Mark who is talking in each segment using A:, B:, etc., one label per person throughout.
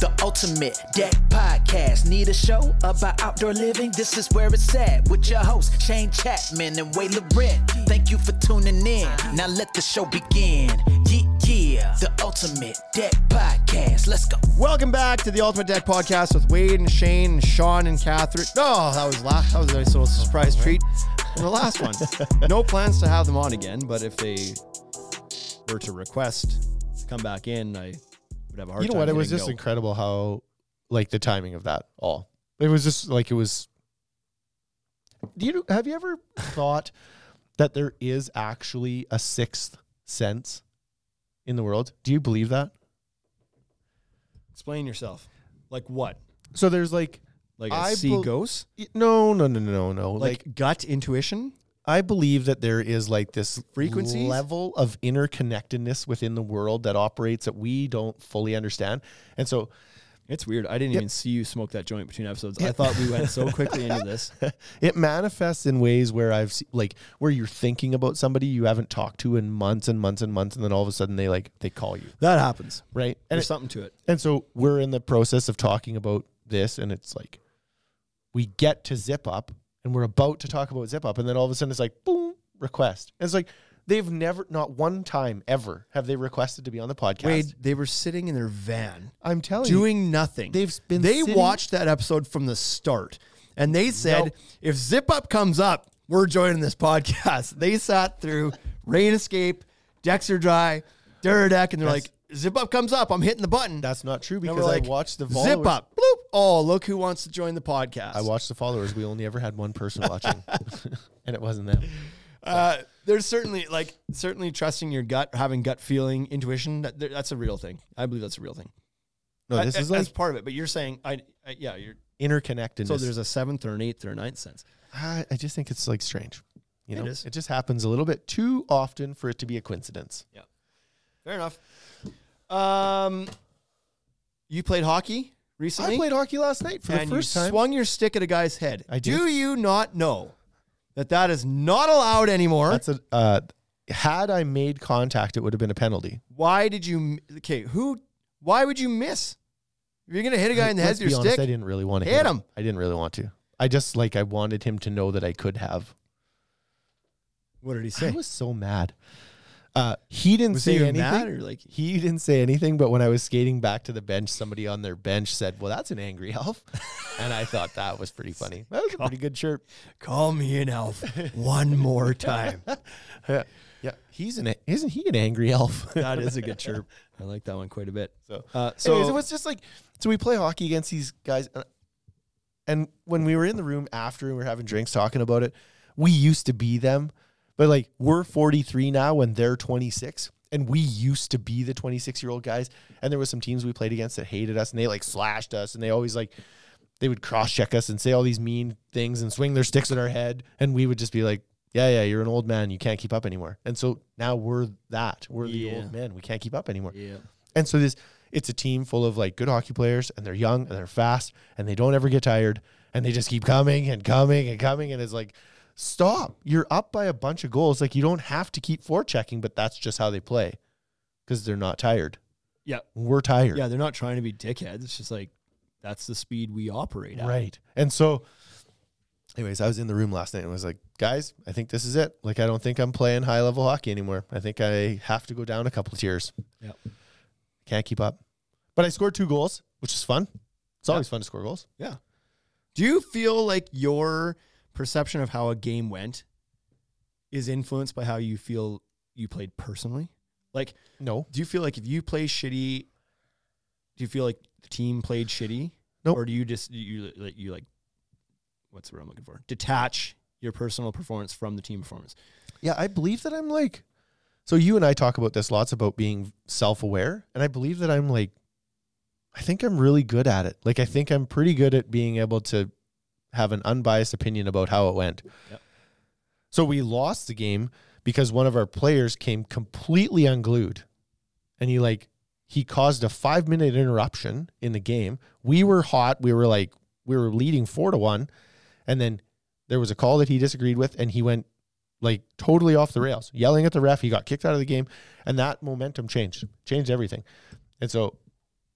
A: the ultimate deck podcast. Need a show about outdoor living? This is where it's at with your hosts, Shane Chapman and Way Laurent. Thank you for tuning in. Now let the show begin. Yeah, yeah, the ultimate deck podcast. Let's go.
B: Welcome back to the Ultimate Deck Podcast with Wade and Shane and Sean and Catherine. No, that was last. That was a nice little surprise treat. And the last one. no plans to have them on again, but if they were to request to come back in, I would have a hard.
C: you know
B: time
C: what? It was
B: getting
C: just
B: go.
C: incredible how, like, the timing of that all. It was just like it was. Do you have you ever thought that there is actually a sixth sense in the world? Do you believe that?
B: Explain yourself. Like what?
C: So there's like
B: Like I
C: I
B: see
C: bel-
B: ghosts?
C: y- no, no, no, no, no, no.
B: Like, gut intuition?
C: I believe that there is like this
B: Frequencies?
C: level of interconnectedness within the world that operates that we don't fully understand. And so
B: It's weird. I didn't
C: Yep.
B: even see you smoke that joint between episodes. I thought we went so quickly into this.
C: it manifests in ways where I've se- like where you're thinking about somebody you haven't talked to in months and months and months and then all of a sudden they like they call you,
B: That happens.
C: right? And
B: There's
C: it-
B: something to it.
C: and so we're in the process of talking about this, and it's like we get to zip up and we're about to talk about zip up, and then all of a sudden it's like boom, request. And it's like they've never not one time ever have they requested to be on the podcast.
B: Wade, they were sitting in their van
C: I'm telling you.
B: doing nothing.
C: They've been
B: They
C: sitting-
B: watched that episode from the start, and they said,
C: Nope.
B: "If Zip Up comes up, we're joining this podcast." They sat through Rain Escape, Decks Are Dry, Deck, and they're
C: That's-
B: like, "Zip Up comes up. I'm hitting the button."
C: That's not true
B: And
C: because
B: we're
C: I watched the followers.
B: Zip Up. Bloop. Oh, look who wants to join the podcast.
C: I watched the followers. We only ever had one person watching, and it wasn't them.
B: Uh, there's certainly like certainly trusting your gut, having gut feeling, intuition. That, that's a real thing. I believe that's a real thing.
C: No, Oh, this
B: I-
C: is
B: I-
C: like
B: that's part of it. But you're saying, I, I yeah, you're.
C: interconnectedness.
B: So there's a seventh or an eighth or a ninth sense.
C: I, I just think it's like strange. You
B: It
C: know,
B: is.
C: it just happens a little bit too often for it to be a coincidence.
B: Fair enough. Um, you played hockey recently.
C: I played hockey last night for
B: and
C: the first
B: you
C: time.
B: swung your stick at a guy's head.
C: I
B: do.
C: did.
B: you not know that that is not allowed anymore?
C: That's a uh, had I made contact, it would have been a penalty.
B: why did you? m- Okay, who? Why would you miss? If you're gonna hit a guy in the head
C: Let's
B: with your
C: be honest,
B: stick,
C: I didn't really want to
B: Hit
C: hit
B: him.
C: I didn't really want to. I just like I wanted him to know that I could have.
B: what did he
C: I
B: say?
C: was so mad. Uh, he didn't
B: Was
C: say
B: he
C: anything.
B: mad or like?
C: He didn't say anything, but when I was skating back to the bench, somebody on their bench said, "Well, that's an angry elf," and I thought that was pretty funny. That was a pretty good chirp.
B: Call me an elf one more time.
C: yeah, yeah. He's an isn't he an angry elf?
B: That is a good chirp. I like that one quite a bit.
C: so,
B: Uh, so
C: so anyways, it was just like so we play hockey against these guys, and, and when we were in the room after and we were having drinks talking about it, we used to be them, but like we're forty three now and they're twenty six. And we used to be the 26 year old guys. And there was some teams we played against that hated us and they like slashed us and they always like, they would cross check us and say all these mean things and swing their sticks at our head. And we would just be like, yeah, yeah, you're an old man. You can't keep up anymore. And so now we're that. We're the
B: Yeah.
C: old men. We can't keep up anymore.
B: yeah.
C: And so this it's a team full of like good hockey players and they're young and they're fast and they don't ever get tired and they just keep coming and coming and coming and it's like stop. You're up by a bunch of goals. Like you don't have to keep forechecking, but that's just how they play cuz they're not tired.
B: Yeah.
C: We're tired.
B: Yeah, they're not trying to be dickheads. It's just like that's the speed we operate at.
C: Right. And so, anyways, I was in the room last night and was like, guys, I think this is it. Like, I don't think I'm playing high level hockey anymore. I think I have to go down a couple of tiers.
B: Yep.
C: Can't keep up. But I scored two goals, which is fun. It's always fun to score goals.
B: Do you feel like your perception of how a game went is influenced by how you feel you played personally? Like,
C: No,
B: do you feel like if you play shitty, do you feel like the team played shitty?
C: Nope.
B: Or do you just you like you like what's the word I'm looking for? Detach your personal performance from the team performance.
C: Yeah, I believe that I'm like. So you and I talk about this lots about being self-aware, and I believe that I'm like. I think I'm really good at it. Like I think I'm pretty good at being able to have an unbiased opinion about how it went.
B: Yep.
C: So we lost the game because one of our players came completely unglued. And he like he caused a 5-minute interruption in the game. We were hot, we were like we were leading 4 to 1 and then there was a call that he disagreed with and he went like totally off the rails, yelling at the ref. He got kicked out of the game, and that momentum changed, changed everything. And so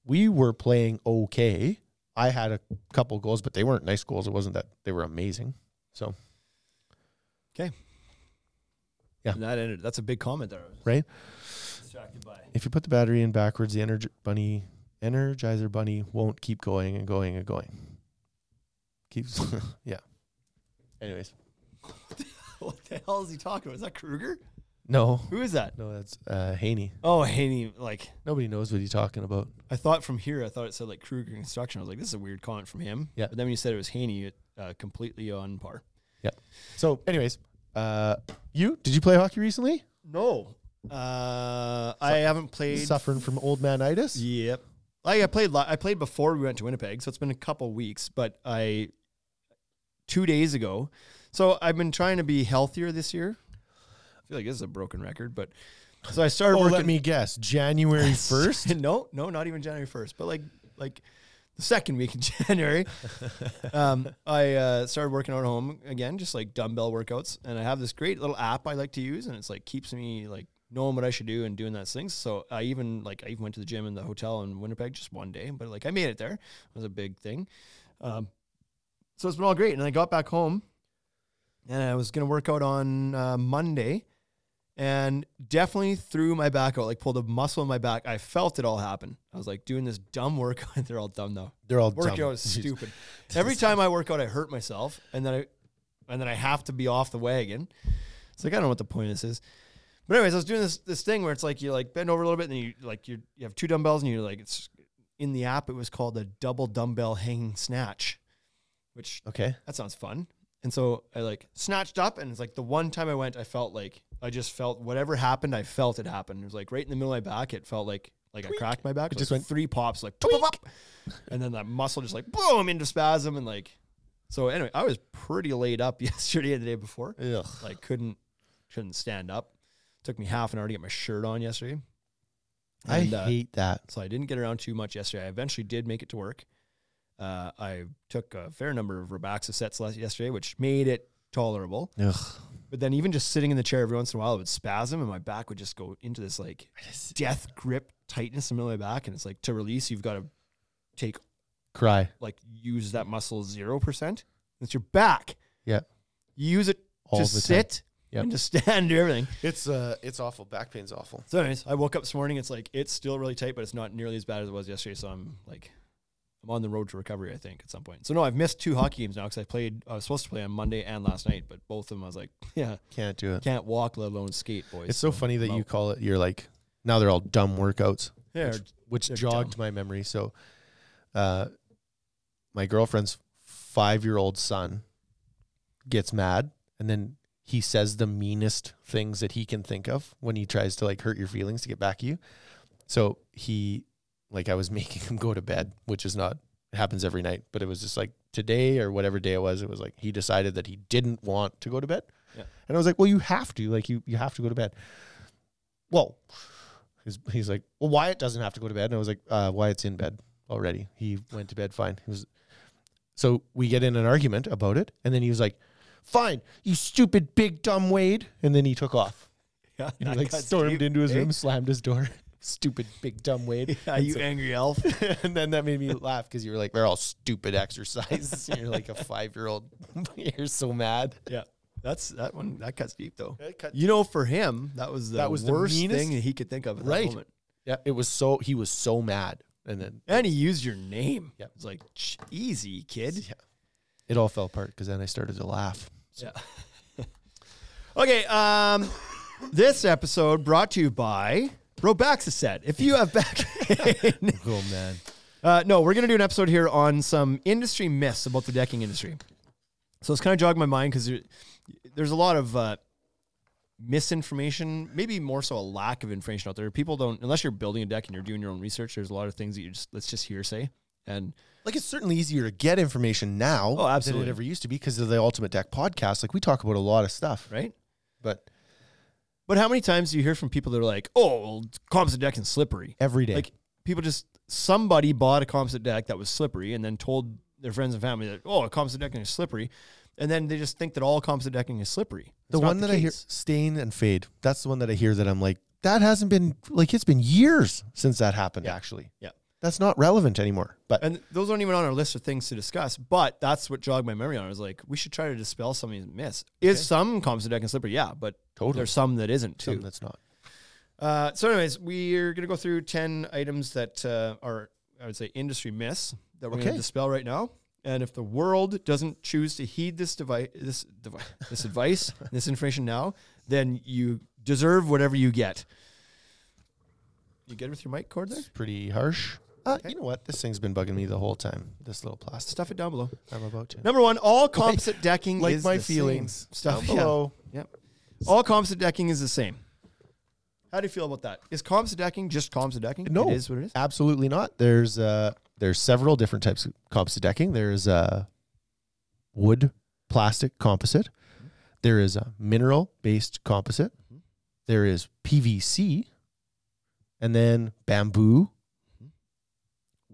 C: we were playing okay. I had a couple goals, but they weren't nice goals. It wasn't that they were amazing. So Yeah.
B: And that ended. That's a big comment there. I was
C: right,
B: distracted by.
C: if you put the battery in backwards, the energ- bunny energizer bunny won't keep going and going and going. Keeps yeah. Anyways,
B: What the hell is he talking about? Is that Kruger?
C: no,
B: Who is that?
C: no, that's uh, Haney.
B: Oh, Haney. Like
C: Nobody knows what he's talking about.
B: I thought from here, I thought it said like Kruger Construction. I was like, this is a weird comment from him.
C: Yeah.
B: But then when you said it was Haney, it, uh, completely on par.
C: So, anyways, uh, you did you play hockey recently?
B: No. Uh, I haven't played.
C: Suffering from old manitis?
B: Yep. Like I played. li- I played before we went to Winnipeg, so it's been a couple weeks. But I two days ago. So I've been trying to be healthier this year. I feel like this is a broken record, but so I started
C: Oh,
B: working.
C: let me guess. January first.
B: no, no, not even January first, but like like the second week in January, um, I uh, started working out at home again, just like dumbbell workouts, and I have this great little app I like to use, and it's like keeps me like knowing what I should do and doing those things. So I even like I even went to the gym in the hotel in Winnipeg just one day, but like I made it there. It was a big thing. Um, so it's been all great, and I got back home, and I was gonna work out on uh, Monday and definitely threw my back out, like pulled a muscle in my back. I felt it all happen. I was like doing this dumb workout. They're all dumb though.
C: They're all
B: Workout
C: dumb.
B: is stupid. Every time I work out, I hurt myself, and then I, and then I have to be off the wagon. It's like I don't know what the point of this is. But anyways, I was doing this this thing where it's like you like bend over a little bit, and then you like you you have two dumbbells, and you like it's in the app. It was called a double dumbbell hanging snatch, which
C: Okay.
B: that sounds fun. And so I like snatched up, and it's like the one time I went, I felt like I just felt whatever happened, I felt it happen. It was like right in the middle of my back. It felt like like I cracked my back. It
C: just
B: just
C: went
B: went three pops, like pop, pop, pop. and then that muscle just like boom into spasm, and like so. Anyway, I was pretty laid up yesterday and the day before.
C: Ugh.
B: Like couldn't couldn't stand up. Took me half an hour to get my shirt on yesterday. And,
C: I
B: uh,
C: hate that.
B: so I didn't get around too much yesterday. I eventually did make it to work. Uh, I took a fair number of Robaxa sets last yesterday, which made it tolerable.
C: Ugh.
B: But then even just sitting in the chair every once in a while, it would spasm and my back would just go into this like death grip tightness in the middle of my back. And it's like to release, you've got to take
C: Cry.
B: like use that muscle zero percent. It's your back.
C: Yeah.
B: You use it
C: All
B: to
C: the time.
B: sit
C: Yep.
B: and to stand, do everything.
C: It's uh, it's awful. Back pain's awful.
B: So, anyways, I woke up this morning. It's like it's still really tight, but it's not nearly as bad as it was yesterday. So I'm like, I'm on the road to recovery. I think at some point. So no, I've missed two hockey games now because I played. I was supposed to play on Monday and last night, but both of them I was like, yeah,
C: Can't do it.
B: can't walk, let alone skate, boys.
C: It's so funny that you
B: Well-
C: call it. You're like now they're all dumb workouts,
B: yeah,
C: which
B: They're
C: jogged my memory. So, uh, my girlfriend's five year old son gets mad, and then he says the meanest things that he can think of when he tries to like hurt your feelings to get back at you. So he, like, I was making him go to bed, which is not it happens every night, but it was just like today or whatever day it was. It was like he decided that he didn't want to go to bed,
B: Yeah.
C: and I was like, "Well, you have to, like, you you have to go to bed." Well, he's he's like, "Well, Wyatt doesn't have to go to bed," and I was like, uh, "Wyatt's in bed already. He went to bed fine." He was, so we get in an argument about it, and then he was like, "Fine, you stupid big dumb Wade," and then he took off.
B: yeah,
C: And he
B: that
C: like
B: guy's
C: stormed
B: cute,
C: into his
B: eh?
C: room, slammed his door. Stupid big dumb Wade.
B: Yeah,
C: And
B: you eh?
C: so-
B: angry elf.
C: and then that made me laugh because you were like, "They're all stupid exercises." and you're like a five year old. you're so mad.
B: yeah, that's that one. That cuts deep though.
C: cut-
B: You know, for him, that was the
C: That was the
B: worst
C: meanest-
B: thing that he could think of at
C: Right.
B: that moment.
C: Yeah, it was so. He was so mad, and then
B: And he used your name.
C: Yeah.
B: It's like "Ch- easy, kid.
C: it all fell apart because then I started to laugh.
B: Yeah. okay. Um, this episode brought to you by Robaxaset. If you have back pain,
C: Oh man,
B: uh, no, we're gonna do an episode here on some industry myths about the decking industry. So it's kind of jogged my mind because there's a lot of uh, misinformation, maybe more so a lack of information out there. People don't, unless you're building a deck and you're doing your own research. There's a lot of things that you just let's just hearsay and
C: like it's certainly easier to get information now. than
B: Oh, absolutely.
C: it ever used to be because of the Ultimate Deck podcast. Like we talk about a lot of stuff,
B: right.
C: but
B: But how many times do you hear from people that are like, "Oh, well, composite decking's slippery"?
C: every day,
B: Like people just somebody bought a composite deck that was slippery and then told their friends and family that oh a composite decking is slippery, and then they just think that all composite decking is slippery. It's
C: the
B: not
C: one that I hear
B: case.
C: stain and fade. That's the one that I hear that I'm like that hasn't been like it's been years since that happened. Actually,
B: Yeah.
C: That's not relevant anymore. But
B: And those aren't even on our list of things to discuss, but that's what jogged my memory on. it. I was like, we should try to dispel some of these myths. Is some composite deck and slippery? Yeah, but
C: Totally.
B: there's some that isn't too.
C: something that's not.
B: Uh, so, anyways, we're going to go through 10 items that uh, are, I would say, industry myths that we're going
C: Okay.
B: to dispel right now. And if the world doesn't choose to heed this device, this device, this advice, this information now, then you deserve whatever you get. You good with your mic cord there?
C: It's pretty harsh. Uh, You know what? This thing's been bugging me the whole time. This little plastic.
B: Stuff it down below.
C: I'm about to.
B: Number one, all composite decking
C: like
B: is
C: my
B: the same.
C: feelings.
B: Stuff
C: Down
B: yeah.
C: below.
B: Yep. All composite decking is the same. How do you feel about that? Is composite decking just composite decking?
C: No,
B: it is what it is.
C: Absolutely not. There's uh, there's several different types of composite decking. There's uh, wood, plastic composite. There is a mineral based composite. There is PVC, and then bamboo,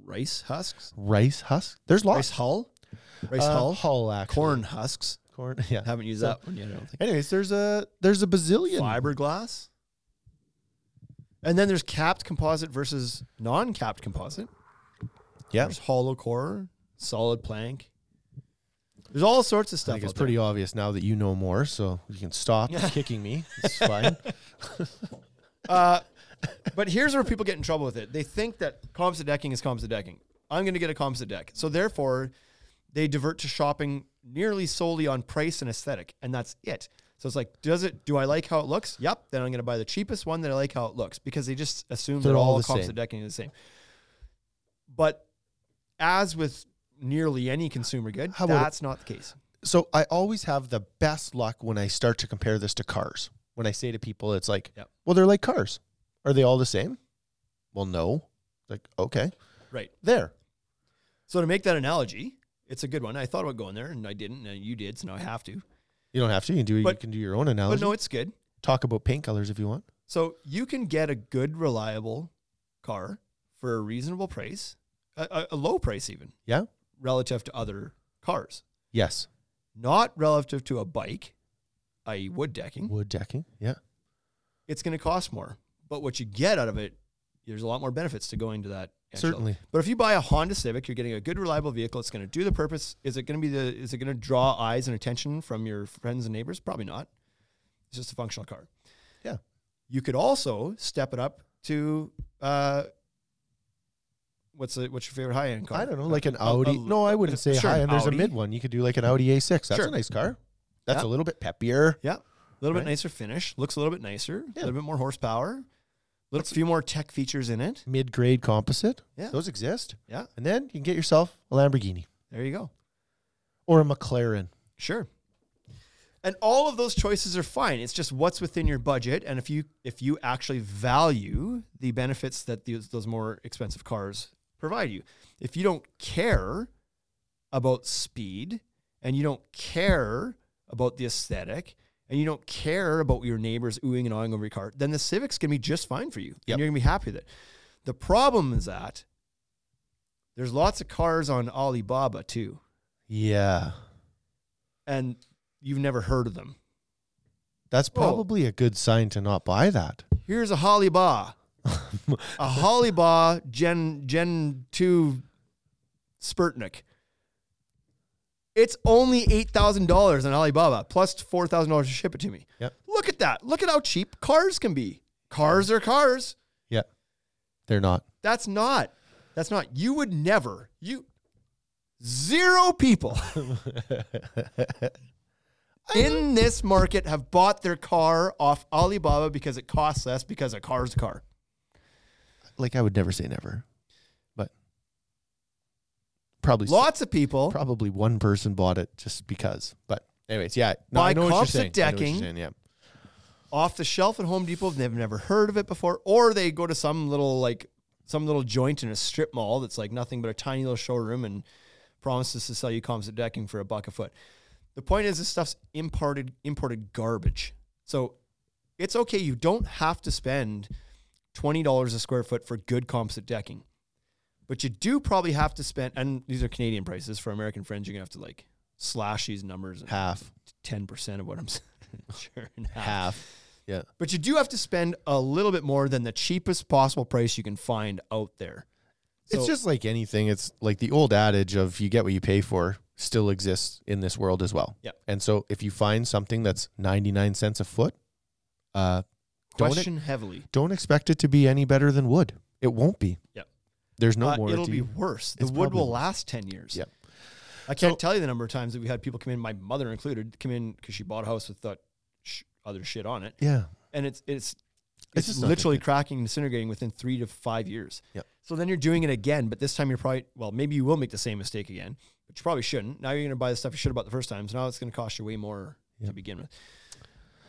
B: Rice husks,
C: rice husk. There's
B: rice
C: lots.
B: hull, rice
C: Uh,
B: hull,
C: hull actually.
B: corn husks.
C: corn. Yeah.
B: I haven't used
C: So-
B: that one yet. I don't think.
C: Anyways, there's a there's a bazillion.
B: Fiberglass. And then there's capped composite versus non-capped composite.
C: Yeah,
B: There's hollow core, solid plank. There's all sorts of
C: I
B: stuff.
C: think it's
B: out there.
C: pretty obvious now that you know more, so you can stop kicking me. It's fine.
B: Uh, but here's where people get in trouble with it. They think that composite decking is composite decking. I'm going to get a composite deck. So therefore, they divert to shopping nearly solely on price and aesthetic, and that's it. So it's like, does it? Do I like how it looks? Yep. Then I'm going to buy the cheapest one that I like how it looks because they just assume
C: They're
B: that
C: all
B: all,
C: the
B: composite
C: same.
B: decking is the same. But as with nearly any consumer good,
C: How about-
B: that's not the case.
C: so I always have the best luck when I start to compare this to cars. When I say to people, it's like,
B: Yep.
C: well, they're like cars. Are they all the same? Well, no. Like, okay,
B: Right.
C: there.
B: So to make that analogy, it's a good one. I thought about going there and I didn't, and you did, so now I have to.
C: You don't have to. You can do. you
B: But-
C: can do your own
B: But
C: analogy.
B: no, it's good.
C: Talk about paint colors if you want.
B: So you can get a good, reliable car for a reasonable price, a, a, a low price even
C: Yeah.
B: relative to other cars,
C: Yes.
B: not relative to a bike, i.e., wood decking.
C: Wood decking. Yeah.
B: It's going to cost more, but what you get out of it, there's a lot more benefits to going to that. actual-
C: Certainly.
B: but if you buy a Honda Civic, you're getting a good, reliable vehicle. It's going to do the purpose. Is it going to be the? Is it going to draw eyes and attention from your friends and neighbors? Probably not. It's just a functional car.
C: Yeah.
B: You could also step it up to uh, what's the, what's your favorite high end car?
C: I don't know, like an
B: A- a-
C: Audi. no, I wouldn't say
B: sure,
C: high. And there's
B: Audi.
C: a mid one. You could do like an Audi A6. That's
B: Sure. Mm-hmm.
C: a nice car. That's
B: Yeah.
C: a little bit peppier.
B: Yeah, a little
C: Right.
B: bit nicer finish. Looks a little bit nicer. A
C: Yeah.
B: little bit more horsepower. A little few more tech features in it.
C: Mid grade composite.
B: Yeah.
C: Those exist.
B: Yeah,
C: And then you can get yourself a Lamborghini
B: there you go.
C: or a McLaren.
B: Sure. And all of those choices are fine. It's just what's within your budget, and if you if you actually value the benefits that these, those more expensive cars provide you, if you don't care about speed, and you don't care about the aesthetic, and you don't care about your neighbors oohing and awing over your car, then the Civic's gonna be just fine for you,
C: Yep.
B: and you're gonna be happy with it. The problem is that there's lots of cars on Alibaba too
C: Yeah.
B: and you've never heard of them.
C: That's
B: Well-
C: probably a good sign to not buy that.
B: Here's a Holly Ba, a Holly Ba Gen Gen Two Spurtnik. It's only eight thousand dollars on Alibaba plus four thousand dollars to ship it to me.
C: Yep.
B: Look at that! Look at how cheap cars can be. Cars are cars.
C: Yeah. They're not.
B: That's not. That's not. You would never. You zero people in this market have bought their car off Alibaba because it costs less because a car's a car.
C: Like I would never say never. But probably
B: Lots of people
C: probably one person bought it just because. But anyways, yeah. No,
B: Buy
C: I know what you're
B: composite
C: saying. I know what you're
B: decking.
C: saying, Yeah.
B: off the shelf at Home Depot. They've never heard of it before, or they go to some little like some little joint in a strip mall that's like nothing but a tiny little showroom and promises to sell you composite decking for a buck a foot. The point is, this stuff's imported imported garbage. So it's okay. You don't have to spend twenty dollars a square foot for good composite decking, but you do probably have to spend. And these are Canadian prices for American friends. You're gonna have to like slash these numbers and
C: Half.
B: ten percent of what I'm saying. sure enough.
C: Half. Yeah.
B: But you do have to spend a little bit more than the cheapest possible price you can find out there.
C: it's
B: So-
C: just like anything. It's like the old adage of you get what you pay for still exists in this world as well.
B: Yeah.
C: And so if you find something that's 99 cents a foot, uh, don't, e-
B: Question heavily.
C: don't expect it to be any better than wood. It won't be.
B: Yeah.
C: There's no
B: Uh,
C: warranty.
B: it'll be worse. The
C: It's
B: wood will
C: probably-
B: last 10 years.
C: Yep.
B: I can't tell you the number of times that we had people come in, my mother included, come in because she bought a house with that sh- other shit on it.
C: yeah.
B: And it's, it's,
C: It's
B: it's,
C: just not
B: literally cracking and disintegrating within three to five years.
C: Yep.
B: So then you're doing it again, but this time you're probably, well, maybe you will make the same mistake again, but you probably shouldn't. Now you're going to buy the stuff you should have bought the first time. So now it's going to cost you way more to begin with.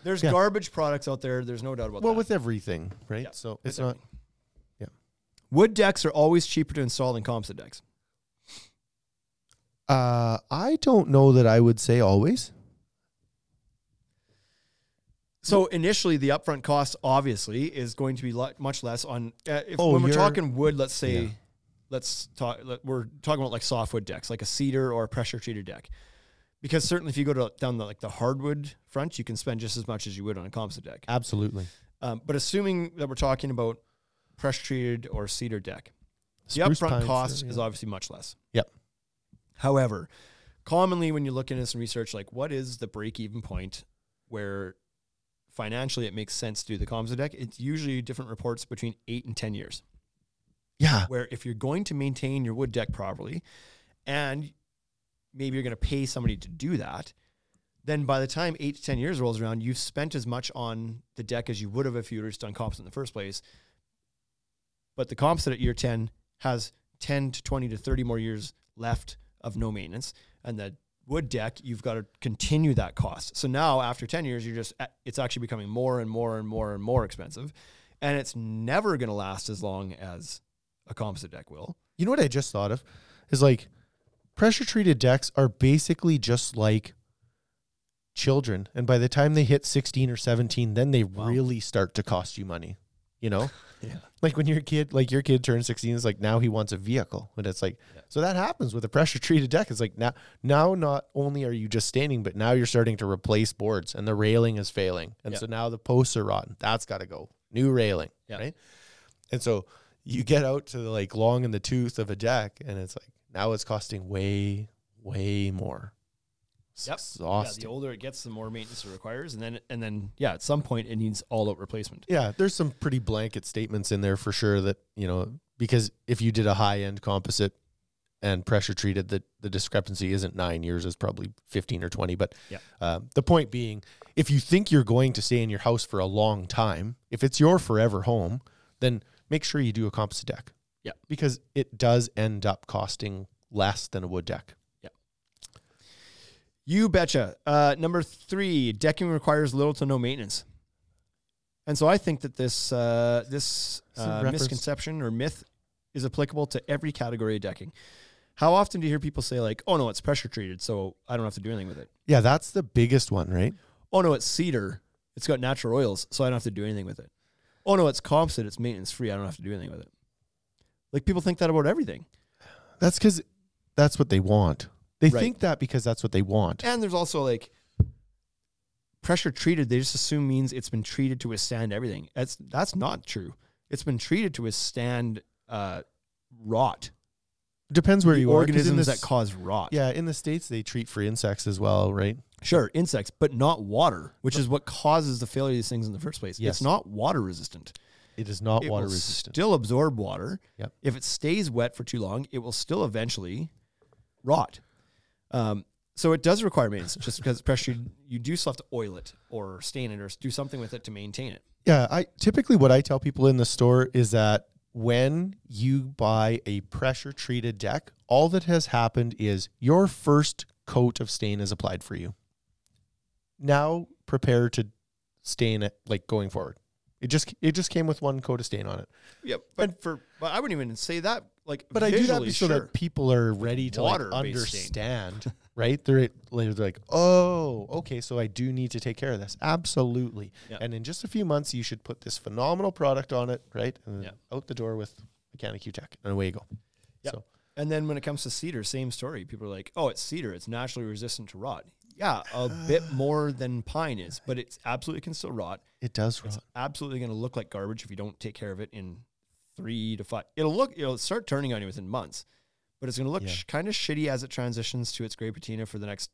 B: There's
C: Yeah.
B: garbage products out there. There's no doubt about
C: Well,
B: that.
C: with everything, right?
B: Yeah,
C: So
B: with
C: it's not.
B: Wood decks are always cheaper to install than composite decks.
C: Uh, I don't know that I would say always.
B: So initially, the upfront cost obviously is going to be lo- much less on. Uh, if,
C: Oh,
B: when we're
C: you're-
B: talking wood, let's say,
C: Yeah.
B: let's talk. Let, we're talking about like softwood decks, like a cedar or a pressure treated deck, because certainly if you go to down the like the hardwood front, you can spend just as much as you would on a composite deck.
C: Absolutely.
B: Um, but assuming that we're talking about pressure treated or cedar deck, the
C: Spruce
B: upfront
C: pines, uh,
B: cost
C: yeah.
B: is obviously much less.
C: Yep.
B: However, commonly when you look into some research, like what is the break even point where financially it makes sense to do the comms deck? It's usually different reports between eight and 10 years,
C: Yeah.
B: where if you're going to maintain your wood deck properly and maybe you're going to pay somebody to do that, then by the time eight to 10 years rolls around, you've spent as much on the deck as you would have if you were just done composite in the first place. But the composite at year 10 has 10 to 20 to 30 more years left of no maintenance. And the wood deck, you've got to continue that cost. So now after 10 years, you're just, at- it's actually becoming more and more and more and more expensive. And it's never going to last as long as a composite deck will.
C: You know what I just thought of is like pressure treated decks are basically just like children and by the time they hit 16 or 17 then they really start to cost you money you know
B: Yeah.
C: like when your kid like your kid turns 16 it's like now he wants a vehicle and it's like so that happens with a pressure treated deck it's like now now not only are you just standing but now you're starting to replace boards and the railing is failing and
B: Yeah.
C: so now the posts are rotten that's got to go new railing
B: Yeah.
C: right and so you get out to the like long in the tooth of a deck and it's like now it's costing way way more It's
B: Yep.
C: exhausting.
B: Yeah, the older it gets, the more maintenance it requires, and then and then yeah, at some point it needs all out replacement.
C: Yeah, there's some pretty blanket statements in there for sure that, you know, because if you did a high end composite and pressure treated, the, the discrepancy isn't nine years, it's probably 15 or 20. But
B: Yeah.
C: uh, the point being, if you think you're going to stay in your house for a long time, if it's your forever home, then make sure you do a composite deck.
B: Yeah.
C: Because it does end up costing less than a wood deck.
B: You betcha. Uh, number three, decking requires little to no maintenance. And so I think that this uh, this
C: Is it
B: uh,
C: reference-
B: misconception or myth is applicable to every category of decking. How often do you hear people say like, "Oh no, it's pressure treated, so I don't have to do anything with it."
C: Yeah, that's the biggest one, right?
B: Oh no, it's cedar, it's got natural oils, so I don't have to do anything with it. Oh no, it's composite, it's maintenance free, I don't have to do anything with it. Like people think that about everything.
C: That's because that's what they want. They
B: Right.
C: think that because that's what they want.
B: And there's also like pressure treated. They just assume means it's been treated to withstand everything. That's that's not true. It's been treated to withstand uh, rot.
C: Depends where
B: The
C: you are. 'cause in
B: organisms
C: this-
B: that cause rot.
C: Yeah, in the states they treat for insects as well, right?
B: sure, insects, but not water, which is what causes the failure of these things in the first place.
C: Yes.
B: It's not water resistant.
C: It is not
B: It
C: water
B: will
C: resistant.
B: Still absorb water.
C: Yep.
B: If it stays wet for too long, it will still eventually rot. Um, so it does require maintenance, just because pressure you do still have to oil it or stain it or do something with it to maintain it.
C: yeah, I typically what I tell people in the store is that when you buy a pressure treated deck, all that has happened is your first coat of stain is applied for you. Now prepare to stain it like going forward. It just it just came with one coat of stain on it.
B: Yep. But for but I wouldn't even say that. Like,
C: But I do
B: visually,
C: that so
B: sure.
C: that people are ready to like,
B: Water-based stain.
C: understand, right? They're, they're like, oh, okay, so I do need to take care of this. Absolutely.
B: Yeah.
C: And in just a few months, you should put this phenomenal product on it, right? And then
B: Yeah.
C: out the door with a can of Q Tech, and away you go.
B: Yep.
C: So
B: And then when it comes to cedar, same story. People are like, "Oh, it's cedar. It's naturally resistant to rot." Yeah, a bit more than pine is, but it's absolutely can still rot.
C: it does rot.
B: Absolutely going to look like garbage if you don't take care of it in three to five. It'll look, it'll start turning on you within months, but it's going to look
C: Yeah.
B: sh- kind of shitty as it transitions to its gray patina for the next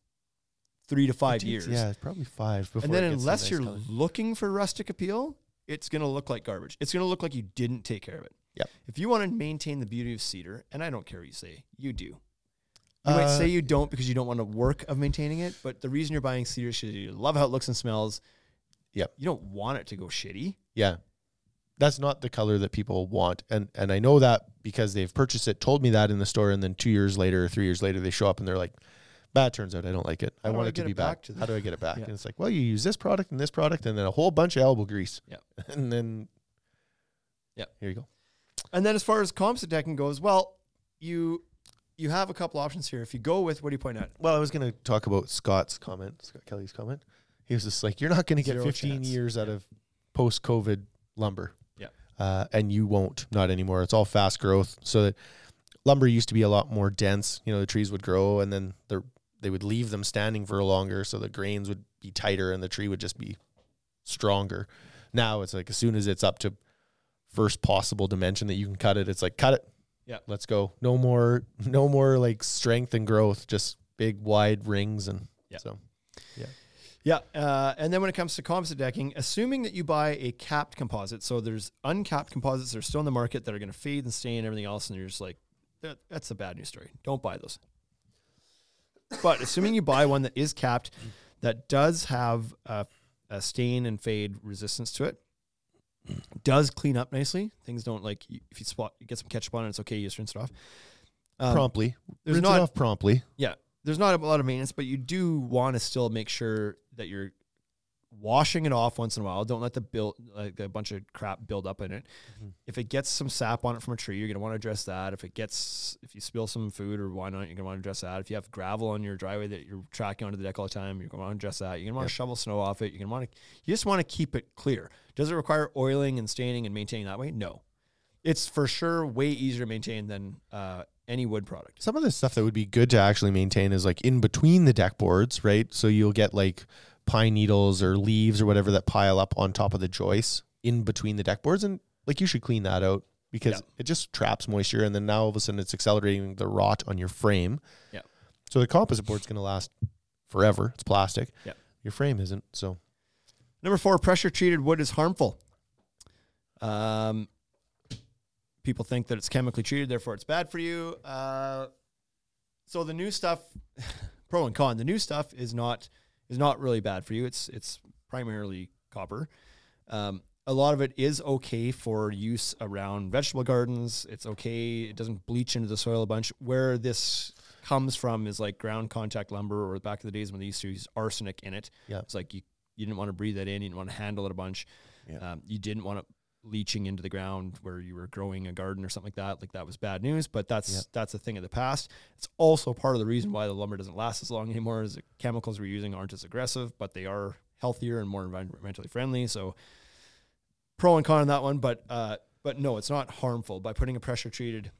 B: three to five years.
C: Yeah, it's probably five. Before
B: and
C: it
B: then
C: gets to a
B: unless
C: nice
B: you're
C: color.
B: looking for rustic appeal, it's going to look like garbage. It's going to look like you didn't take care of it.
C: Yep.
B: If you want to maintain the beauty of cedar, and I don't care what you say, you do. You might
C: Uh,
B: say you don't because you don't want to work of maintaining it, but the reason you're buying cedar is 'cause you love how it looks and smells.
C: Yep.
B: You don't want it to go shitty.
C: Yeah. That's not the color that people want. And and I know that because they've purchased it, told me that in the store, and then two years later or three years later they show up and they're like, Bad turns out I don't like it. I
B: How do
C: want
B: I
C: it to
B: get
C: be
B: it back
C: back.
B: to
C: How do I get it back?
B: Yeah.
C: And it's like, well, you use this product and this product and then a whole bunch of elbow grease.
B: Yep.
C: And then
B: Yep.
C: Here you go.
B: And then as far as composite decking goes, well, you you have a couple options here. If you go with what do you point out?
C: Well, I was gonna talk about Scott's comment, Scott Kelly's comment. He was just like, You're not gonna get
B: Zero
C: fifteen
B: chance.
C: years out of post COVID lumber.
B: Yeah.
C: uh, and you won't not anymore it's all fast growth so that lumber used to be a lot more dense you know the trees would grow and then the, they would leave them standing for longer so the grains would be tighter and the tree would just be stronger now it's like as soon as it's up to first possible dimension that you can cut it it's like cut it
B: Yeah.
C: let's go no more no more like strength and growth just big wide rings and
B: Yeah.
C: so
B: Yeah. Uh, and then when it comes to composite decking, assuming that you buy a capped composite, so there's uncapped composites that are still in the market that are going to fade and stain and everything else, and you're just like, that, that's a bad news story. Don't buy those. But assuming you buy one that is capped, that does have a, a stain and fade resistance to it, does clean up nicely. Things don't like you- if you spot you get some ketchup on it, it's okay. You just rinse it off. Um,
C: promptly
B: there's
C: there's
B: not-
C: not off promptly
B: yeah, there's not a lot of maintenance, but you do want to still make sure that you're washing it off once in a while. Don't let the build like a bunch of crap build up in it. If it gets some sap on it from a tree, you're gonna want to address that. If it gets if you spill some food or wine on it, you're gonna want to address that. If you have gravel on your driveway that you're tracking onto the deck all the time, you're gonna want to address that. You're gonna want to shovel snow off it. You're gonna want to you just want to keep it clear. Does it require oiling and staining and maintaining that way? No. It's for sure way easier to maintain than uh, any wood product.
C: Some of the stuff that would be good to actually maintain is like in between the deck boards, right? So you'll get like pine needles or leaves or whatever that pile up on top of the joists in between the deck boards. And like you should clean that out because
B: Yeah.
C: it just traps moisture. And then now all of a sudden it's accelerating the rot on your frame.
B: Yeah.
C: So the composite board's going to last forever. It's plastic.
B: Yeah.
C: Your frame isn't. So
B: Number four, pressure treated wood is harmful. Um, people think that it's chemically treated, therefore it's bad for you. Uh, so the new stuff, pro and con. The new stuff is not is not really bad for you. It's it's primarily copper. Um, a lot of it is okay for use around vegetable gardens. It's okay. It doesn't bleach into the soil a bunch. Where this comes from is like ground contact lumber, or back in the days when they used to use arsenic in it.
C: Yeah.
B: it's like you you didn't want to breathe that in. You didn't want to handle it a bunch. Um, you didn't want it leaching into the ground where you were growing a garden or something like that. Like that was bad news, but that's that's a thing of the past. It's also part of the reason why the lumber doesn't last as long anymore. Is the chemicals we're using aren't as aggressive, but they are healthier and more environmentally friendly. So pro and con on that one, but uh, but no, it's not harmful by putting a pressure treated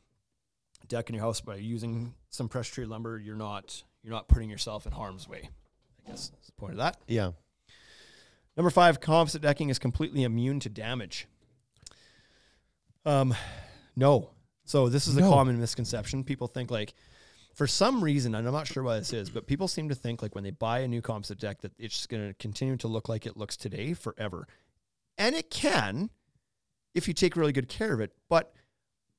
B: deck in your house by using some pressure treated lumber. You're not you're not putting yourself in harm's way. I guess is the point of that.
C: yeah.
B: Number five, composite decking is completely immune to damage. Um, no. So this is a
C: No.
B: common misconception. People think like, for some reason, and I'm not sure why this is, but people seem to think like when they buy a new composite deck that it's just going to continue to look like it looks today forever, and it can, if you take really good care of it. But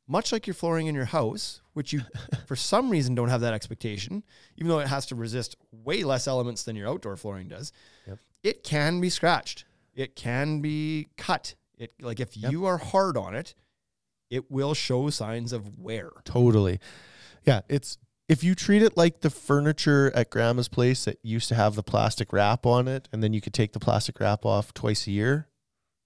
B: much like your flooring in your house, which you for some reason don't have that expectation, even though it has to resist way less elements than your outdoor flooring does,
C: Yep.
B: it can be scratched. It can be cut. It like if
C: Yep.
B: you are hard on it, it will show signs of wear.
C: Totally. Yeah, it's if you treat it like the furniture at grandma's place that used to have the plastic wrap on it and then you could take the plastic wrap off twice a year,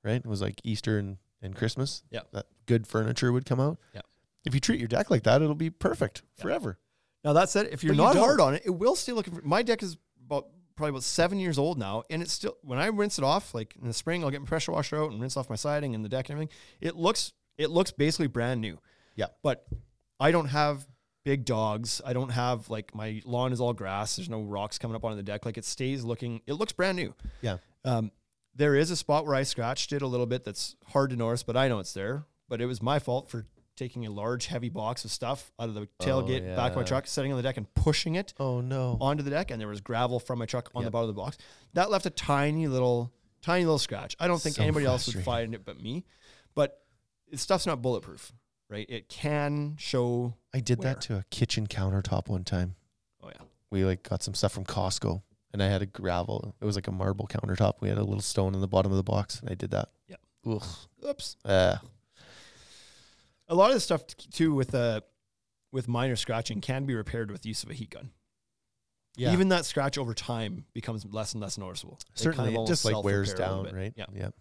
C: right? It was like Easter and, and Christmas.
B: Yeah.
C: That good furniture would come out.
B: Yeah.
C: If you treat your deck like that, it'll be perfect forever.
B: Now that said, if you're
C: But you
B: not
C: don't.
B: hard on it, it will still look. My deck is about probably about seven years old now, and it's still when I rinse it off, like in the spring, I'll get my pressure washer out and rinse off my siding and the deck and everything. It looks it looks basically brand new.
C: Yeah.
B: but I don't have big dogs. I don't have like my lawn is all grass. There's no rocks coming up onto the deck. Like it stays looking. It looks brand new.
C: Yeah.
B: Um, there is a spot where I scratched it a little bit that's hard to notice, but I know it's there. but it was my fault for taking a large, heavy box of stuff out of the tailgate back of
D: Oh,
B: my
D: yeah.
B: truck, sitting on the deck and pushing it
C: Oh no.
B: onto the deck, and there was gravel from my truck on the bottom of the box. That left a tiny little, tiny little scratch. I don't think
D: So
B: anybody else would
D: frustrating.
B: find it but me. But it- stuff's not bulletproof, right? It can show.
C: I did
B: Where?
C: that to a kitchen countertop one time.
B: Oh yeah,
C: We like got some stuff from Costco and I had a gravel. It was like a marble countertop. We had a little stone in the bottom of the box and I did that.
B: Yep.
C: Ugh.
B: oops.
C: Uh,
B: A lot of the stuff t- too with uh, with minor scratching can be repaired with use of a heat gun.
C: yeah.
B: Even that scratch over time becomes less and less noticeable. It kind
C: certainly
B: of
C: it
B: almost
C: just like wears
B: self-repair a little
C: down,
B: bit.
C: right?
B: Yeah.
C: Yep.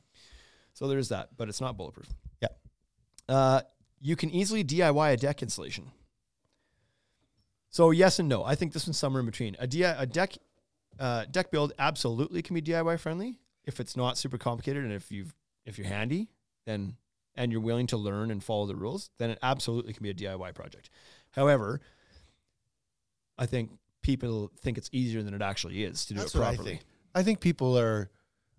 B: So there's that, but it's not bulletproof.
C: Yeah.
B: Uh, you can easily DIY a deck installation. So yes and no. I think this one's somewhere in between. A, DI- a deck uh, deck build absolutely can be DIY friendly if it's not super complicated and if you've if you're handy then and you're willing to learn and follow the rules, then it absolutely can be a DIY project. However, I think people think it's easier than it actually is to do
C: That's
B: it
C: what I
B: properly.
C: think. I think people are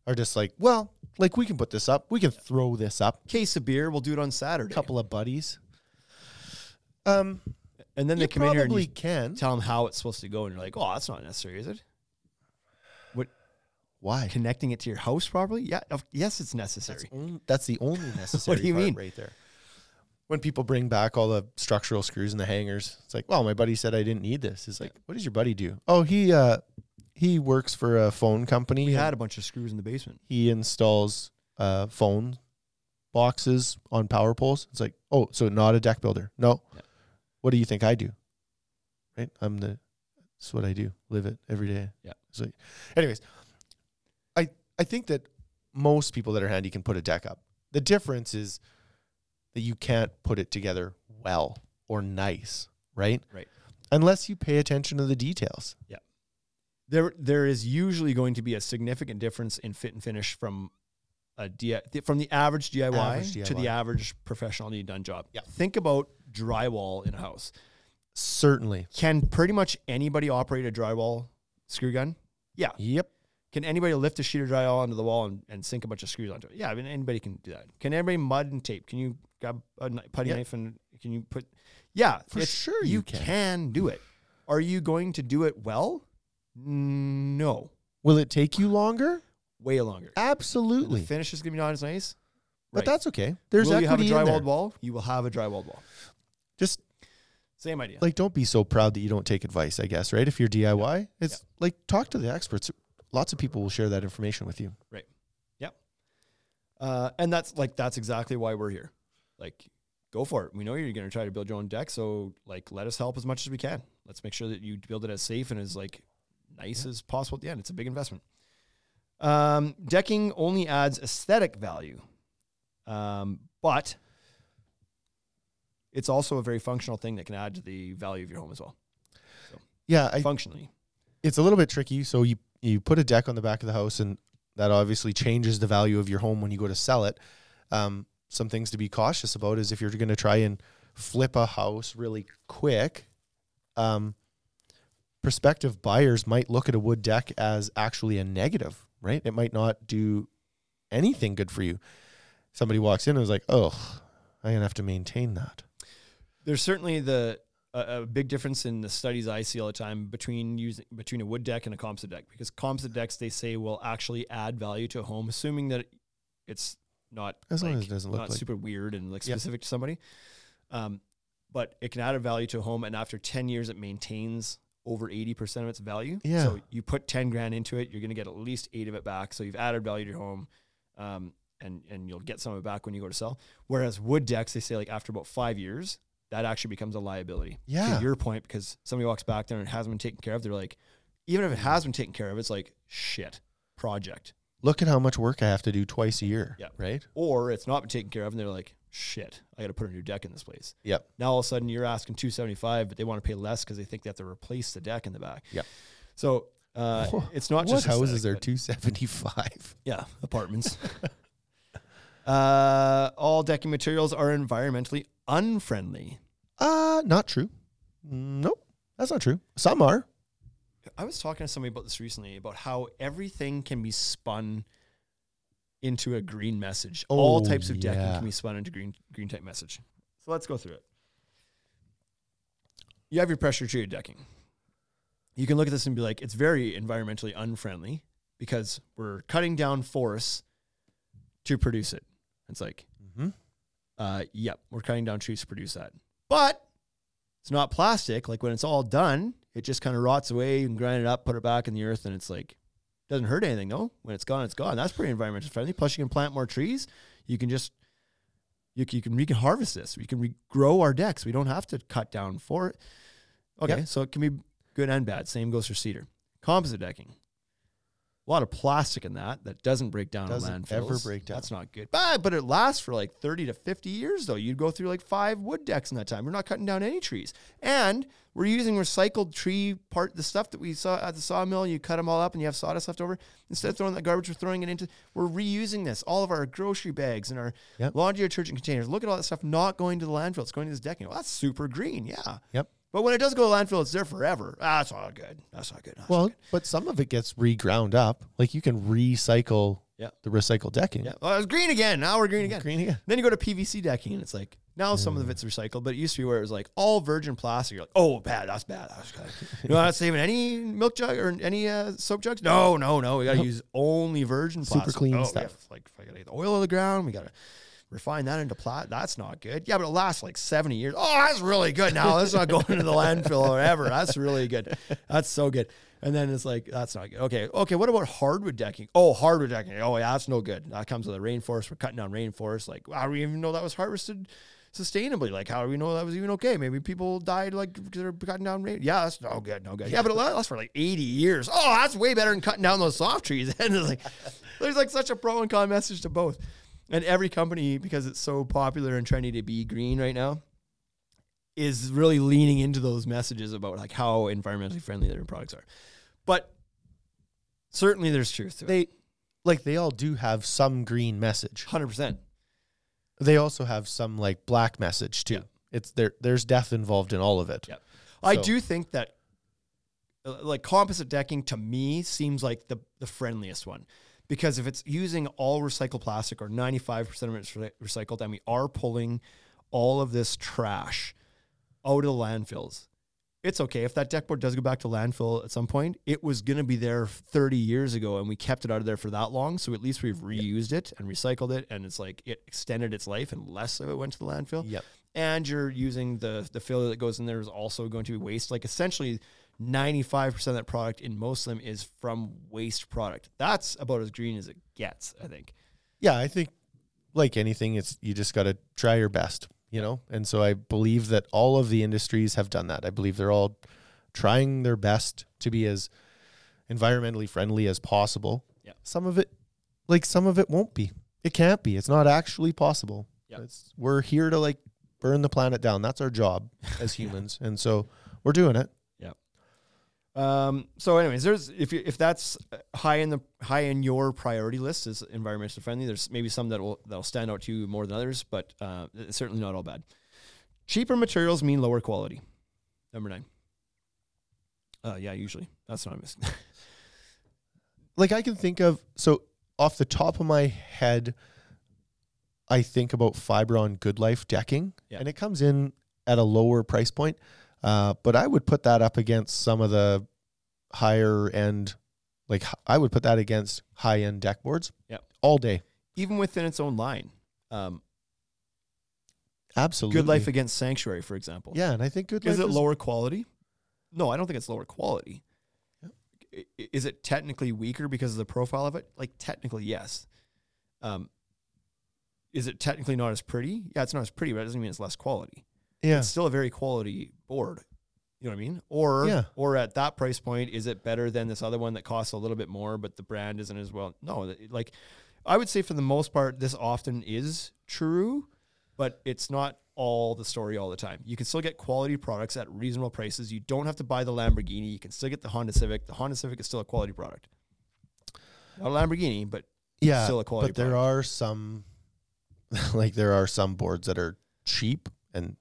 C: are just like, well, like we can put this up. We can throw this up.
B: Case of beer, we'll do it on Saturday.
C: A couple of buddies. Um,
B: and then
C: you
B: they come in here and
C: probably
B: you
C: can.
B: tell them how it's supposed to go, and you're like, oh, that's not necessary, is it?
C: Why?
B: Connecting it to your house properly? Yeah, of, yes, it's
C: That's,
B: necessary.
C: on- that's the only necessary.
B: do you
C: part
B: mean?
C: Right there. When people bring back all the structural screws and the hangers, it's like, well, my buddy said I didn't need this. He's like, what does your buddy do? Oh, he uh, he works for a phone company.
B: We
C: and
B: had a bunch of screws in the basement.
C: he installs uh, phone boxes on power poles. It's like, oh, so not a deck builder. No.
B: Yeah.
C: What do you think I do? Right? I'm the that's what I do. Live it every day.
B: Yeah.
C: It's like anyways, I I think that most people that are handy can put a deck up. The difference is that you can't put it together well or nice, right?
B: Right.
C: Unless you pay attention to the details.
B: There, there is usually going to be a significant difference in fit and finish from a DI, from the average DIY,
C: Average
B: to the
C: DIY.
B: average professionally done job.
C: Yeah.
B: Think about drywall in a house.
C: Certainly.
B: Can pretty much anybody operate a drywall screw gun? Yeah.
C: Yep.
B: Can anybody lift a sheet of drywall onto the wall and, and sink a bunch of screws onto it? Yeah, I mean anybody can do that. Can anybody mud and tape? Can you grab a kni- putty
C: Yeah.
B: knife and can you put? Yeah,
C: For
B: it's-
C: sure you can.
B: do it. Are you going to do it well? No,
C: Will it take you longer?
B: way longer. And
C: Absolutely.
B: The finish is gonna be not as nice.
C: But
B: Right.
C: that's okay. There's
B: will you have a
C: equity in there.
B: drywalled wall? You will have a drywalled wall.
C: Just
B: Same idea.
C: like don't be so proud that you don't take advice, I guess, right? If you're DIY, it's like talk to the experts. Lots of people will share that information with you.
B: Uh, and that's like that's exactly why we're here. Like, go for it. We know you're going to try to build your own deck, so like, let us help as much as we can. Let's make sure that you build it as safe and as like nice as possible at the end. It's a big investment. Um, decking only adds aesthetic value, um, but it's also a very functional thing that can add to the value of your home as well.
C: Yeah, I,
B: Functionally,
C: it's a little bit tricky. So you you put a deck on the back of the house, and that obviously changes the value of your home when you go to sell it. Um, some things to be cautious about is if you're going to try and flip a house really quick, um, prospective buyers might look at a wood deck as actually a negative, right? It might not do anything good for you. Somebody walks in and is like, "Oh, I'm gonna have to maintain that."
B: there's certainly the a, a big difference in the studies I see all the time between using between a wood deck and a composite deck because composite decks they say will actually add value to a home, assuming that it's not
C: As long
B: like,
C: as it doesn't look
B: not
C: like-
B: super weird and like
C: Yeah.
B: specific to somebody. Um, but it can add a value to a home, and after ten years, it maintains over eighty percent of its value.
C: Yeah.
B: So you put ten grand into it, you're going to get at least eight of it back. So you've added value to your home. Um, and, and you'll get some of it back when you go to sell. Whereas wood decks, they say like after about five years, that actually becomes a liability.
C: Yeah.
B: To your point, because somebody walks back there and it hasn't been taken care of, they're like, even if it has been taken care of, it's like, shit, project.
C: Look at how much work I have to do twice a year.
B: Yeah.
C: Right.
B: Or it's not been taken care of and they're like, shit, I got to put a new deck in this place.
C: Yep.
B: Now all of a sudden you're asking 275, but they want to pay less because they think they have to replace the deck in the back.
C: Yep.
B: So uh,
C: Wha-
B: it's not
C: what
B: just
C: houses
B: aesthetic,
C: are
B: but-
C: two seventy five?
B: Yeah, apartments. uh, all decking materials are environmentally unfriendly.
C: Uh not true. Mm, Nope, that's not true. Some are.
B: I was talking to somebody about this recently about how everything can be spun into a green message. All
C: Oh,
B: types of decking
C: yeah.
B: can be spun into green green type message. So let's go through it. You have your pressure treated decking. You can look at this and be like, it's very environmentally unfriendly because we're cutting down forests to produce it. It's like,
C: Mhm.
B: uh, yep, we're cutting down trees to produce that. But it's not plastic. Like when it's all done, it just kind of rots away. You can grind it up, put it back in the earth, and it's like doesn't hurt anything though. When it's gone, it's gone. That's pretty environmentally friendly. Plus, you can plant more trees. You can just you, c- you can we can harvest this. We can regrow our decks. We don't have to cut down for it. Okay, so it can be good and bad. Same goes for cedar. Composite decking. A lot of plastic in that that doesn't break down. in
C: Doesn't ever
B: landfills.
C: break down.
B: That's not good. But but it lasts for like thirty to fifty years though. You'd go through like five wood decks in that time. We're not cutting down any trees, and we're using recycled tree part the stuff that we saw at the sawmill. You cut them all up and you have sawdust left over. Instead of throwing that garbage, we're throwing it into. We're reusing this. All of our grocery bags and our
C: Yep.
B: laundry detergent containers. Look at all that stuff not going to the landfill. It's going to this decking. Well, that's super green. Yeah.
C: Yep.
B: But when it does go to landfill, it's there forever. Ah, that's not good. That's not good. That's not
C: Well,
B: good.
C: but some of it gets reground up. Like you can recycle
B: Yeah.
C: the recycled decking.
B: yeah. Well, it's green again. Now we're green again.
C: Green again. Mm.
B: Then you go to PVC decking, and it's like now some of it's recycled, but it used to be where it was like all virgin plastic. You're like, oh, bad. That's bad. That's bad. You're not saving any milk jug or any uh, soap jugs. No, no, no. We got to use only virgin
C: Super
B: plastic.
C: clean
B: oh,
C: stuff.
B: Yeah, it's like if I got to get the oil of the ground, we got to refine that into plat. That's not good. Yeah, but it lasts like seventy years. Oh, that's really good. Now that's not going into the landfill or ever. That's really good. That's so good. And then it's like that's not good. Okay, okay. What about hardwood decking? Oh, hardwood decking. Oh, yeah, that's no good. That comes with the rainforest. We're cutting down rainforest. Like, how do we even know that was harvested sustainably? Like, how do we know that was even okay? Maybe people died like because they're cutting down rain. Yeah, that's no good. No good. Yeah, but it la- lasts for like eighty years. Oh, that's way better than cutting down those soft trees. and it's like there's like such a pro and con message to both. And every company, because it's so popular and trendy to be green right now, is really leaning into those messages about like how environmentally friendly their products are. But certainly there's truth to it.
C: They like they all do have some green message.
B: 100%.
C: They also have some like black message too.
B: Yeah.
C: It's there there's death involved in all of it.
B: Yeah. I
C: So-
B: do think that uh, like composite decking to me seems like the the friendliest one because if it's using all recycled plastic or 95% of it's re- recycled and we are pulling all of this trash out of the landfills it's okay if that deck board does go back to landfill at some point it was going to be there 30 years ago and we kept it out of there for that long so at least we've reused it and recycled it and it's like it extended its life and less of it went to the landfill
C: Yep.
B: and you're using the the failure that goes in there is also going to be waste. Like essentially, ninety five percent of that product in most of them is from waste product. That's about as green as it gets, I think.
C: Yeah, I think like anything, it's you just got to try your best, you know. And so I believe that all of the industries have done that. I believe they're all trying their best to be as environmentally friendly as possible.
B: Yeah.
C: Some of it, like some of it, won't be. It can't be. It's not actually possible.
B: Yeah.
C: It's, we're here to like burn the planet down. That's our job as humans, and so we're doing it.
B: Um, so, anyways, there's if you, if that's uh, high in the high in your priority list is environmentally friendly. There's maybe some that will that'll stand out to you more than others, but uh, it's certainly not all bad. Cheaper materials mean lower quality. Number nine. Uh, yeah, usually that's not a mis-
C: like I can think of so off the top of my head, I think about Fibron Good Life decking,
B: Yeah.
C: and it comes in at a lower price point. Uh, but I would put that up against some of the higher end, like h- I would put that against high end deck boards.
B: Yep.
C: all day,
B: even within its own line. Um,
C: absolutely.
B: Good Life against Sanctuary, for example.
C: yeah, and I think Good Life
B: Is it lower quality? No, I don't think it's lower quality. I- i- Is it technically weaker because of the profile of it? Like technically, yes. Um, is it technically not as pretty? Yeah, it's not as pretty, but it doesn't mean it's less quality.
C: Yeah,
B: It's still a very quality board. You know what I mean? Or
C: Yeah.
B: or at that price point, is it better than this other one that costs a little bit more, but the brand isn't as well? No, th- like I would say for the most part, this often is true, but it's not all the story all the time. You can still get quality products at reasonable prices. You don't have to buy the Lamborghini. You can still get the Honda Civic. The Honda Civic is still a quality product. Not a Lamborghini, but
C: yeah.
B: still a quality
C: but there are some, like there are some boards that are cheap and.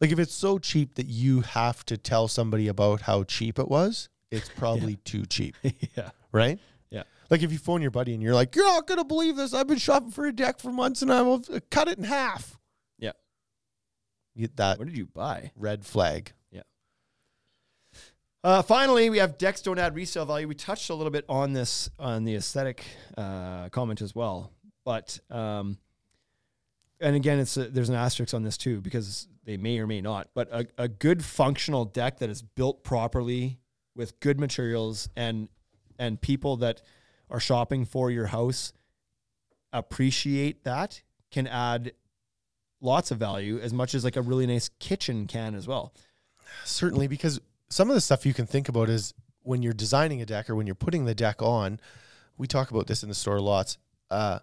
C: Like if it's so cheap that you have to tell somebody about how cheap it was, it's probably too cheap,
B: yeah.
C: right?
B: Yeah.
C: Like if you phone your buddy and you're like, "You're not gonna believe this. I've been shopping for a deck for months and I'm cut it in half."
B: Yeah.
C: You- that
B: What did you buy?
C: red flag.
B: Uh, finally, we have decks don't add resale value. We touched a little bit on this on the aesthetic uh, comment as well, but um, and again, it's a, there's an asterisk on this too because they may or may not. But a, a good functional deck that is built properly with good materials and and people that are shopping for your house appreciate that can add lots of value as much as like a really nice kitchen can as well.
C: Certainly, because some of the stuff you can think about is when you're designing a deck or when you're putting the deck on. We talk about this in the store lots. Uh,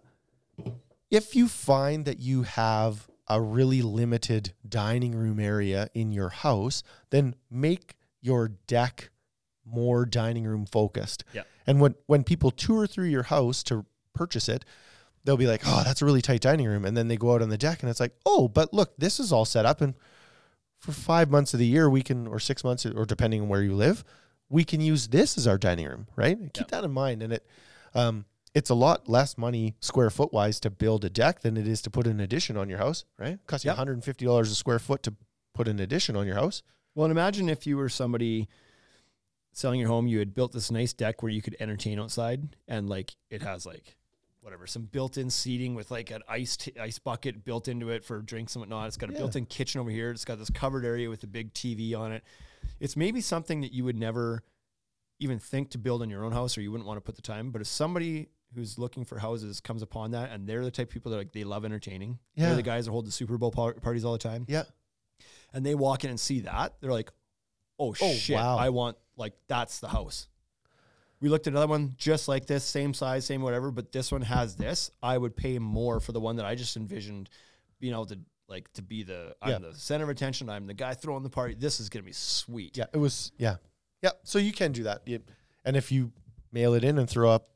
C: if you find that you have a really limited dining room area in your house, then make your deck more dining room focused.
B: Yeah.
C: And when when people tour through your house to purchase it, they'll be like, "Oh, that's a really tight dining room," and then they go out on the deck and it's like, "Oh, but look, this is all set up and for five months of the year, we can, or six months, or depending on where you live, we can use this as our dining room, right? Keep that in mind. And it, um, it's a lot less money square foot wise to build a deck than it is to put an addition on your house, right? Costs you
B: Yep.
C: $150 a square foot to put an addition on your house.
B: Well, and imagine if you were somebody selling your home, you had built this nice deck where you could entertain outside, and like it has like whatever some built-in seating with like an ice t- ice bucket built into it for drinks and whatnot. It's got a
C: Yeah.
B: built-in kitchen over here. It's got this covered area with a big TV on it. It's maybe something that you would never even think to build in your own house, or you wouldn't want to put the time. But if somebody who's looking for houses comes upon that, and they're the type of people that like they love entertaining.
C: Yeah.
B: They're the guys that hold the Super Bowl par- parties all the time
C: Yeah.
B: and they walk in and see that, they're like, "Oh, shit!
C: wow.
B: I want like that's the house." We looked at another one just like this, same size, same whatever, but this one has this. I would pay more for the one that I just envisioned being able to like to be the
C: Yeah.
B: I'm the center of attention. I'm the guy throwing the party. This is gonna be sweet.
C: Yeah. It was, yeah. Yeah. So you can do that. It- and if you mail it in and throw up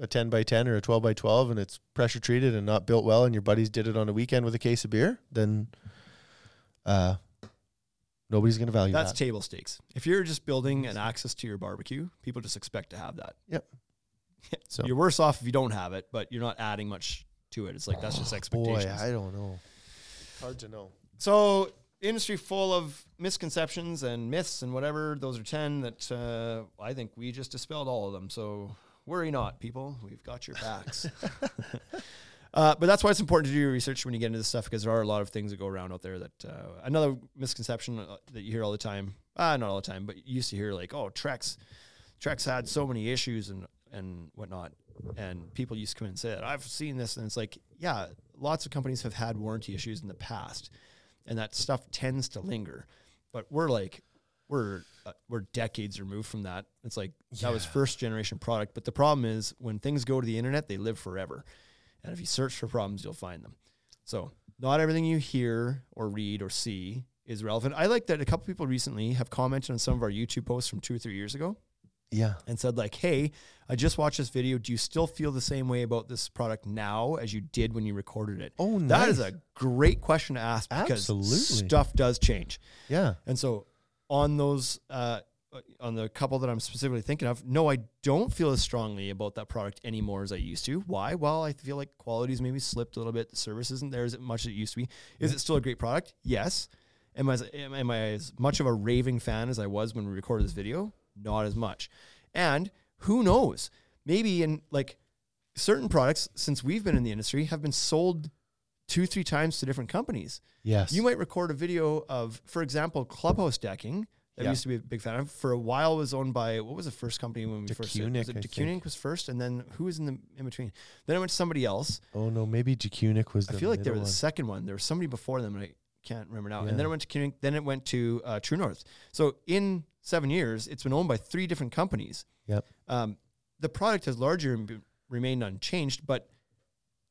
C: a 10 by 10 or a 12 by 12 and it's pressure treated and not built well and your buddies did it on a weekend with a case of beer, then uh, nobody's going to value
B: That's
C: that.
B: table stakes. If you're just building an access to your barbecue, people just expect to have that.
C: Yep. So-
B: You're worse off if you don't have it, but you're not adding much to it. It's like that's just expectations.
C: Boy, I don't know. Hard to know.
B: So industry full of misconceptions and myths and whatever. Those are ten that uh, I think we just dispelled all of them. So worry not, people. We've got your backs. Uh, but that's why it's important to do your research when you get into this stuff because there are a lot of things that go around out there that uh, another misconception uh, that you hear all the time. Uh, not all the time, but you used to hear like, oh, Trex, Trex had so many issues and and whatnot, and people used to come in and say that I've seen this, and it's like, yeah, lots of companies have had warranty issues in the past, and that stuff tends to linger. But we're like, we're uh, we're decades removed from that. It's like that was first generation product, but the problem is when things go to the internet, they live forever. And if you search for problems, you'll find them. So, not everything you hear or read or see is relevant. I like that a couple people recently have commented on some of our YouTube posts from two or three years ago
C: Yeah.
B: and said, like, hey, I just watched this video. Do you still feel the same way about this product now as you did when you recorded it?
C: Oh,
B: That is
C: nice.
B: a great question to ask because
C: Absolutely.
B: stuff does change.
C: Yeah.
B: And so on those, uh, on the couple that I'm specifically thinking of, no, I don't feel as strongly about that product anymore as I used to. Why? Well, I feel like quality's maybe slipped a little bit. The service isn't there as much as it used to be. Is it still a great product? Yes. Am I, as- am, am I as much of a raving fan as I was when we recorded this video? Not as much. And who knows? Maybe in like certain products, since we've been in the industry, have been sold two, three times to different companies.
C: Yes.
B: You might record a video of, for example, clubhouse decking. That we
C: Yeah.
B: used to be a big fan of. For a while, was owned by what was the first company when we first did-
C: Decunic,
B: was it
C: I
B: Decunic
C: think.
B: was first, and then who was in the in between? Then it went to somebody else.
C: Oh no, maybe Jacunic was.
B: I
C: The
B: feel like they were
C: middle
B: the
C: one.
B: second one. There was somebody before them, and I can't remember now.
C: Yeah.
B: And then it went to Decunic. Then it went to uh, True North. So in seven years, it's been owned by three different companies.
C: Yep.
B: Um, the product has largely rem- remained unchanged, but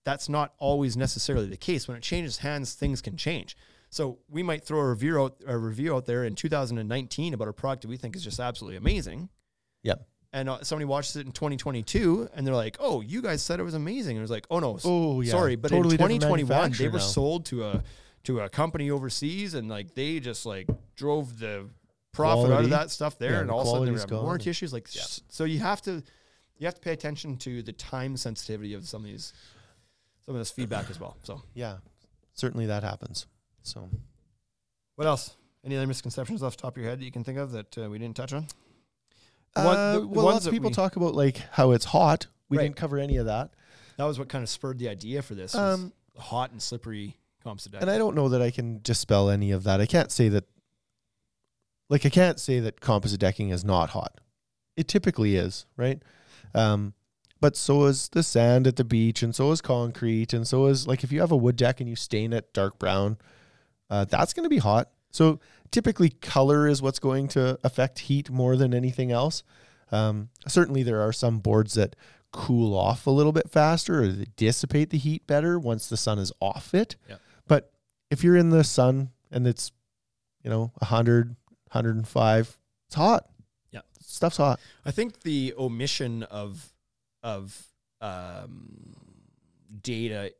B: that's not always necessarily the case. When it changes hands, things can change. So we might throw a review out, a review out there in 2019 about a product that we think is just absolutely amazing,
C: Yep.
B: and uh, somebody watches it in 2022 and they're like, "Oh, you guys said it was amazing." And it was like, "Oh no, s-
C: Oh, yeah.
B: sorry, but
C: Totally
B: in
C: different
B: 2021 they
C: manufacturer
B: were
C: now."
B: sold to a to a company overseas and like they just like drove the profit out
C: Quality.
B: of that stuff there,
C: Yeah,
B: and
C: the
B: all of a sudden they
C: quality's
B: have
C: gone.
B: warranty issues. Like, s- so you have to you have to pay attention to the time sensitivity of some of these some of this feedback as well. So
C: Yeah, certainly that happens. So
B: what else? Any other misconceptions off the top of your head that you can think of that uh, we didn't touch on? One-
C: Uh,
B: the- the
C: well,
B: ones
C: lots of
B: that
C: people
B: we-
C: talk about like how it's hot. We
B: Right.
C: didn't cover any of that,
B: That was what kind of spurred the idea for this. was
C: Um,
B: hot and slippery comps to
C: and I don't know that I can dispel any of that. I can't say that. Like I can't say that composite decking is not hot. It typically is, right? Um, but so is the sand at the beach, and so is concrete, and so is like if you have a wood deck and you stain it dark brown, uh, that's going to be hot. So typically, color is what's going to affect heat more than anything else. Um, certainly, there are some boards that cool off a little bit faster or they dissipate the heat better once the sun is off it.
B: Yep.
C: But if you're in the sun and it's, you know, 100, 105, it's hot.
B: Yep.
C: Stuff's hot.
B: I think the omission of of um, data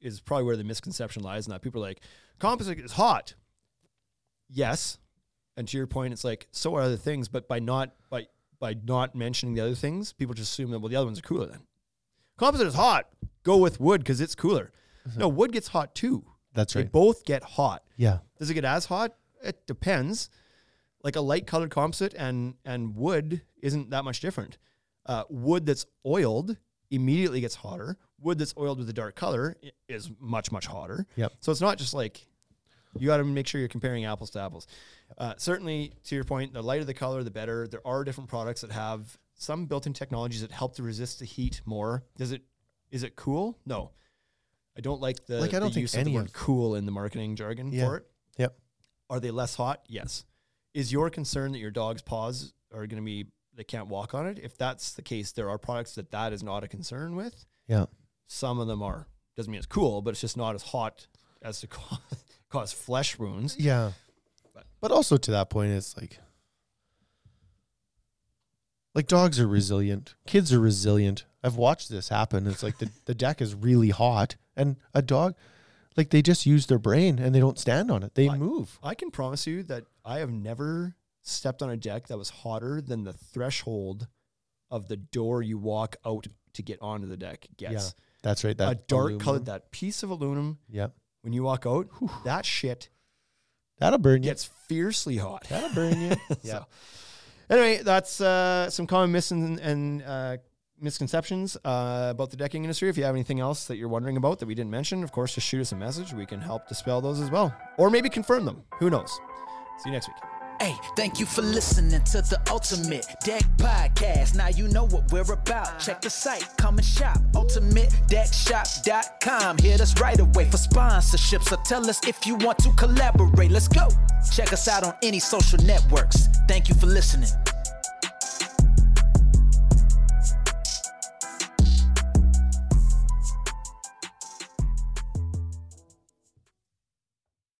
B: is probably where the misconception lies. Now people are like, composite is hot. Yes, and to your point, it's like so are other things, but by not by by not mentioning the other things, people just assume that well the other ones are cooler. Then composite is hot. Go with wood because it's cooler. No, wood gets hot too.
C: That's
B: They
C: Mm-hmm. right.
B: both get hot.
C: Yeah.
B: Does it get as hot? It depends. Like a light colored composite and and wood isn't that much different. Uh, wood that's oiled immediately gets hotter. Wood that's oiled with a dark color i- is much much hotter.
C: Yep.
B: So it's not just like you got to make sure you're comparing apples to apples. Uh, certainly, to your point, the lighter the color, the better. There are different products that have some built-in technologies that help to resist the heat more. Does it? Is it cool? No, I don't like the
C: Like, I
B: the
C: don't think
B: use of the
C: any
B: word
C: of-
B: cool in the marketing jargon
C: Yeah.
B: for it.
C: Yep.
B: Are they less hot? Yes. Is your concern that your dog's paws are going to be they can't walk on it? If that's the case, there are products that that is not a concern with.
C: Yeah.
B: Some of them are. Doesn't mean it's cool, but it's just not as hot as to cause, cause flesh wounds.
C: Yeah.
B: But-
C: But also to that point, it's like, like dogs are resilient, kids are resilient. I've watched this happen. It's like the, the deck is really hot, and a dog, like they just use their brain and they don't stand on it. They
B: Right.
C: move.
B: I can promise you that I have never stepped on a deck that was hotter than the threshold of the door you walk out to get onto the deck gets.
C: That's right. That
B: a dark
C: aluminum.
B: colored that piece of aluminum
C: Yeah,
B: when you walk out, that shit
C: that'll burn you.
B: gets fiercely hot.
C: That'll burn you. yeah.
B: So, anyway, that's uh, some common mis and, and uh, misconceptions uh, about the decking industry. If you have anything else that you're wondering about that we didn't mention, of course, just shoot us a message. We can help dispel those as well, or maybe confirm them. Who knows? See you next week.
A: Hey, thank you for listening to the Ultimate Deck Podcast. Now you know what we're about. Check the site, come and shop. UltimateDeckShop.com. Hit us right away for sponsorships or tell us if you want to collaborate. Let's go. Check us out on any social networks. Thank you for listening.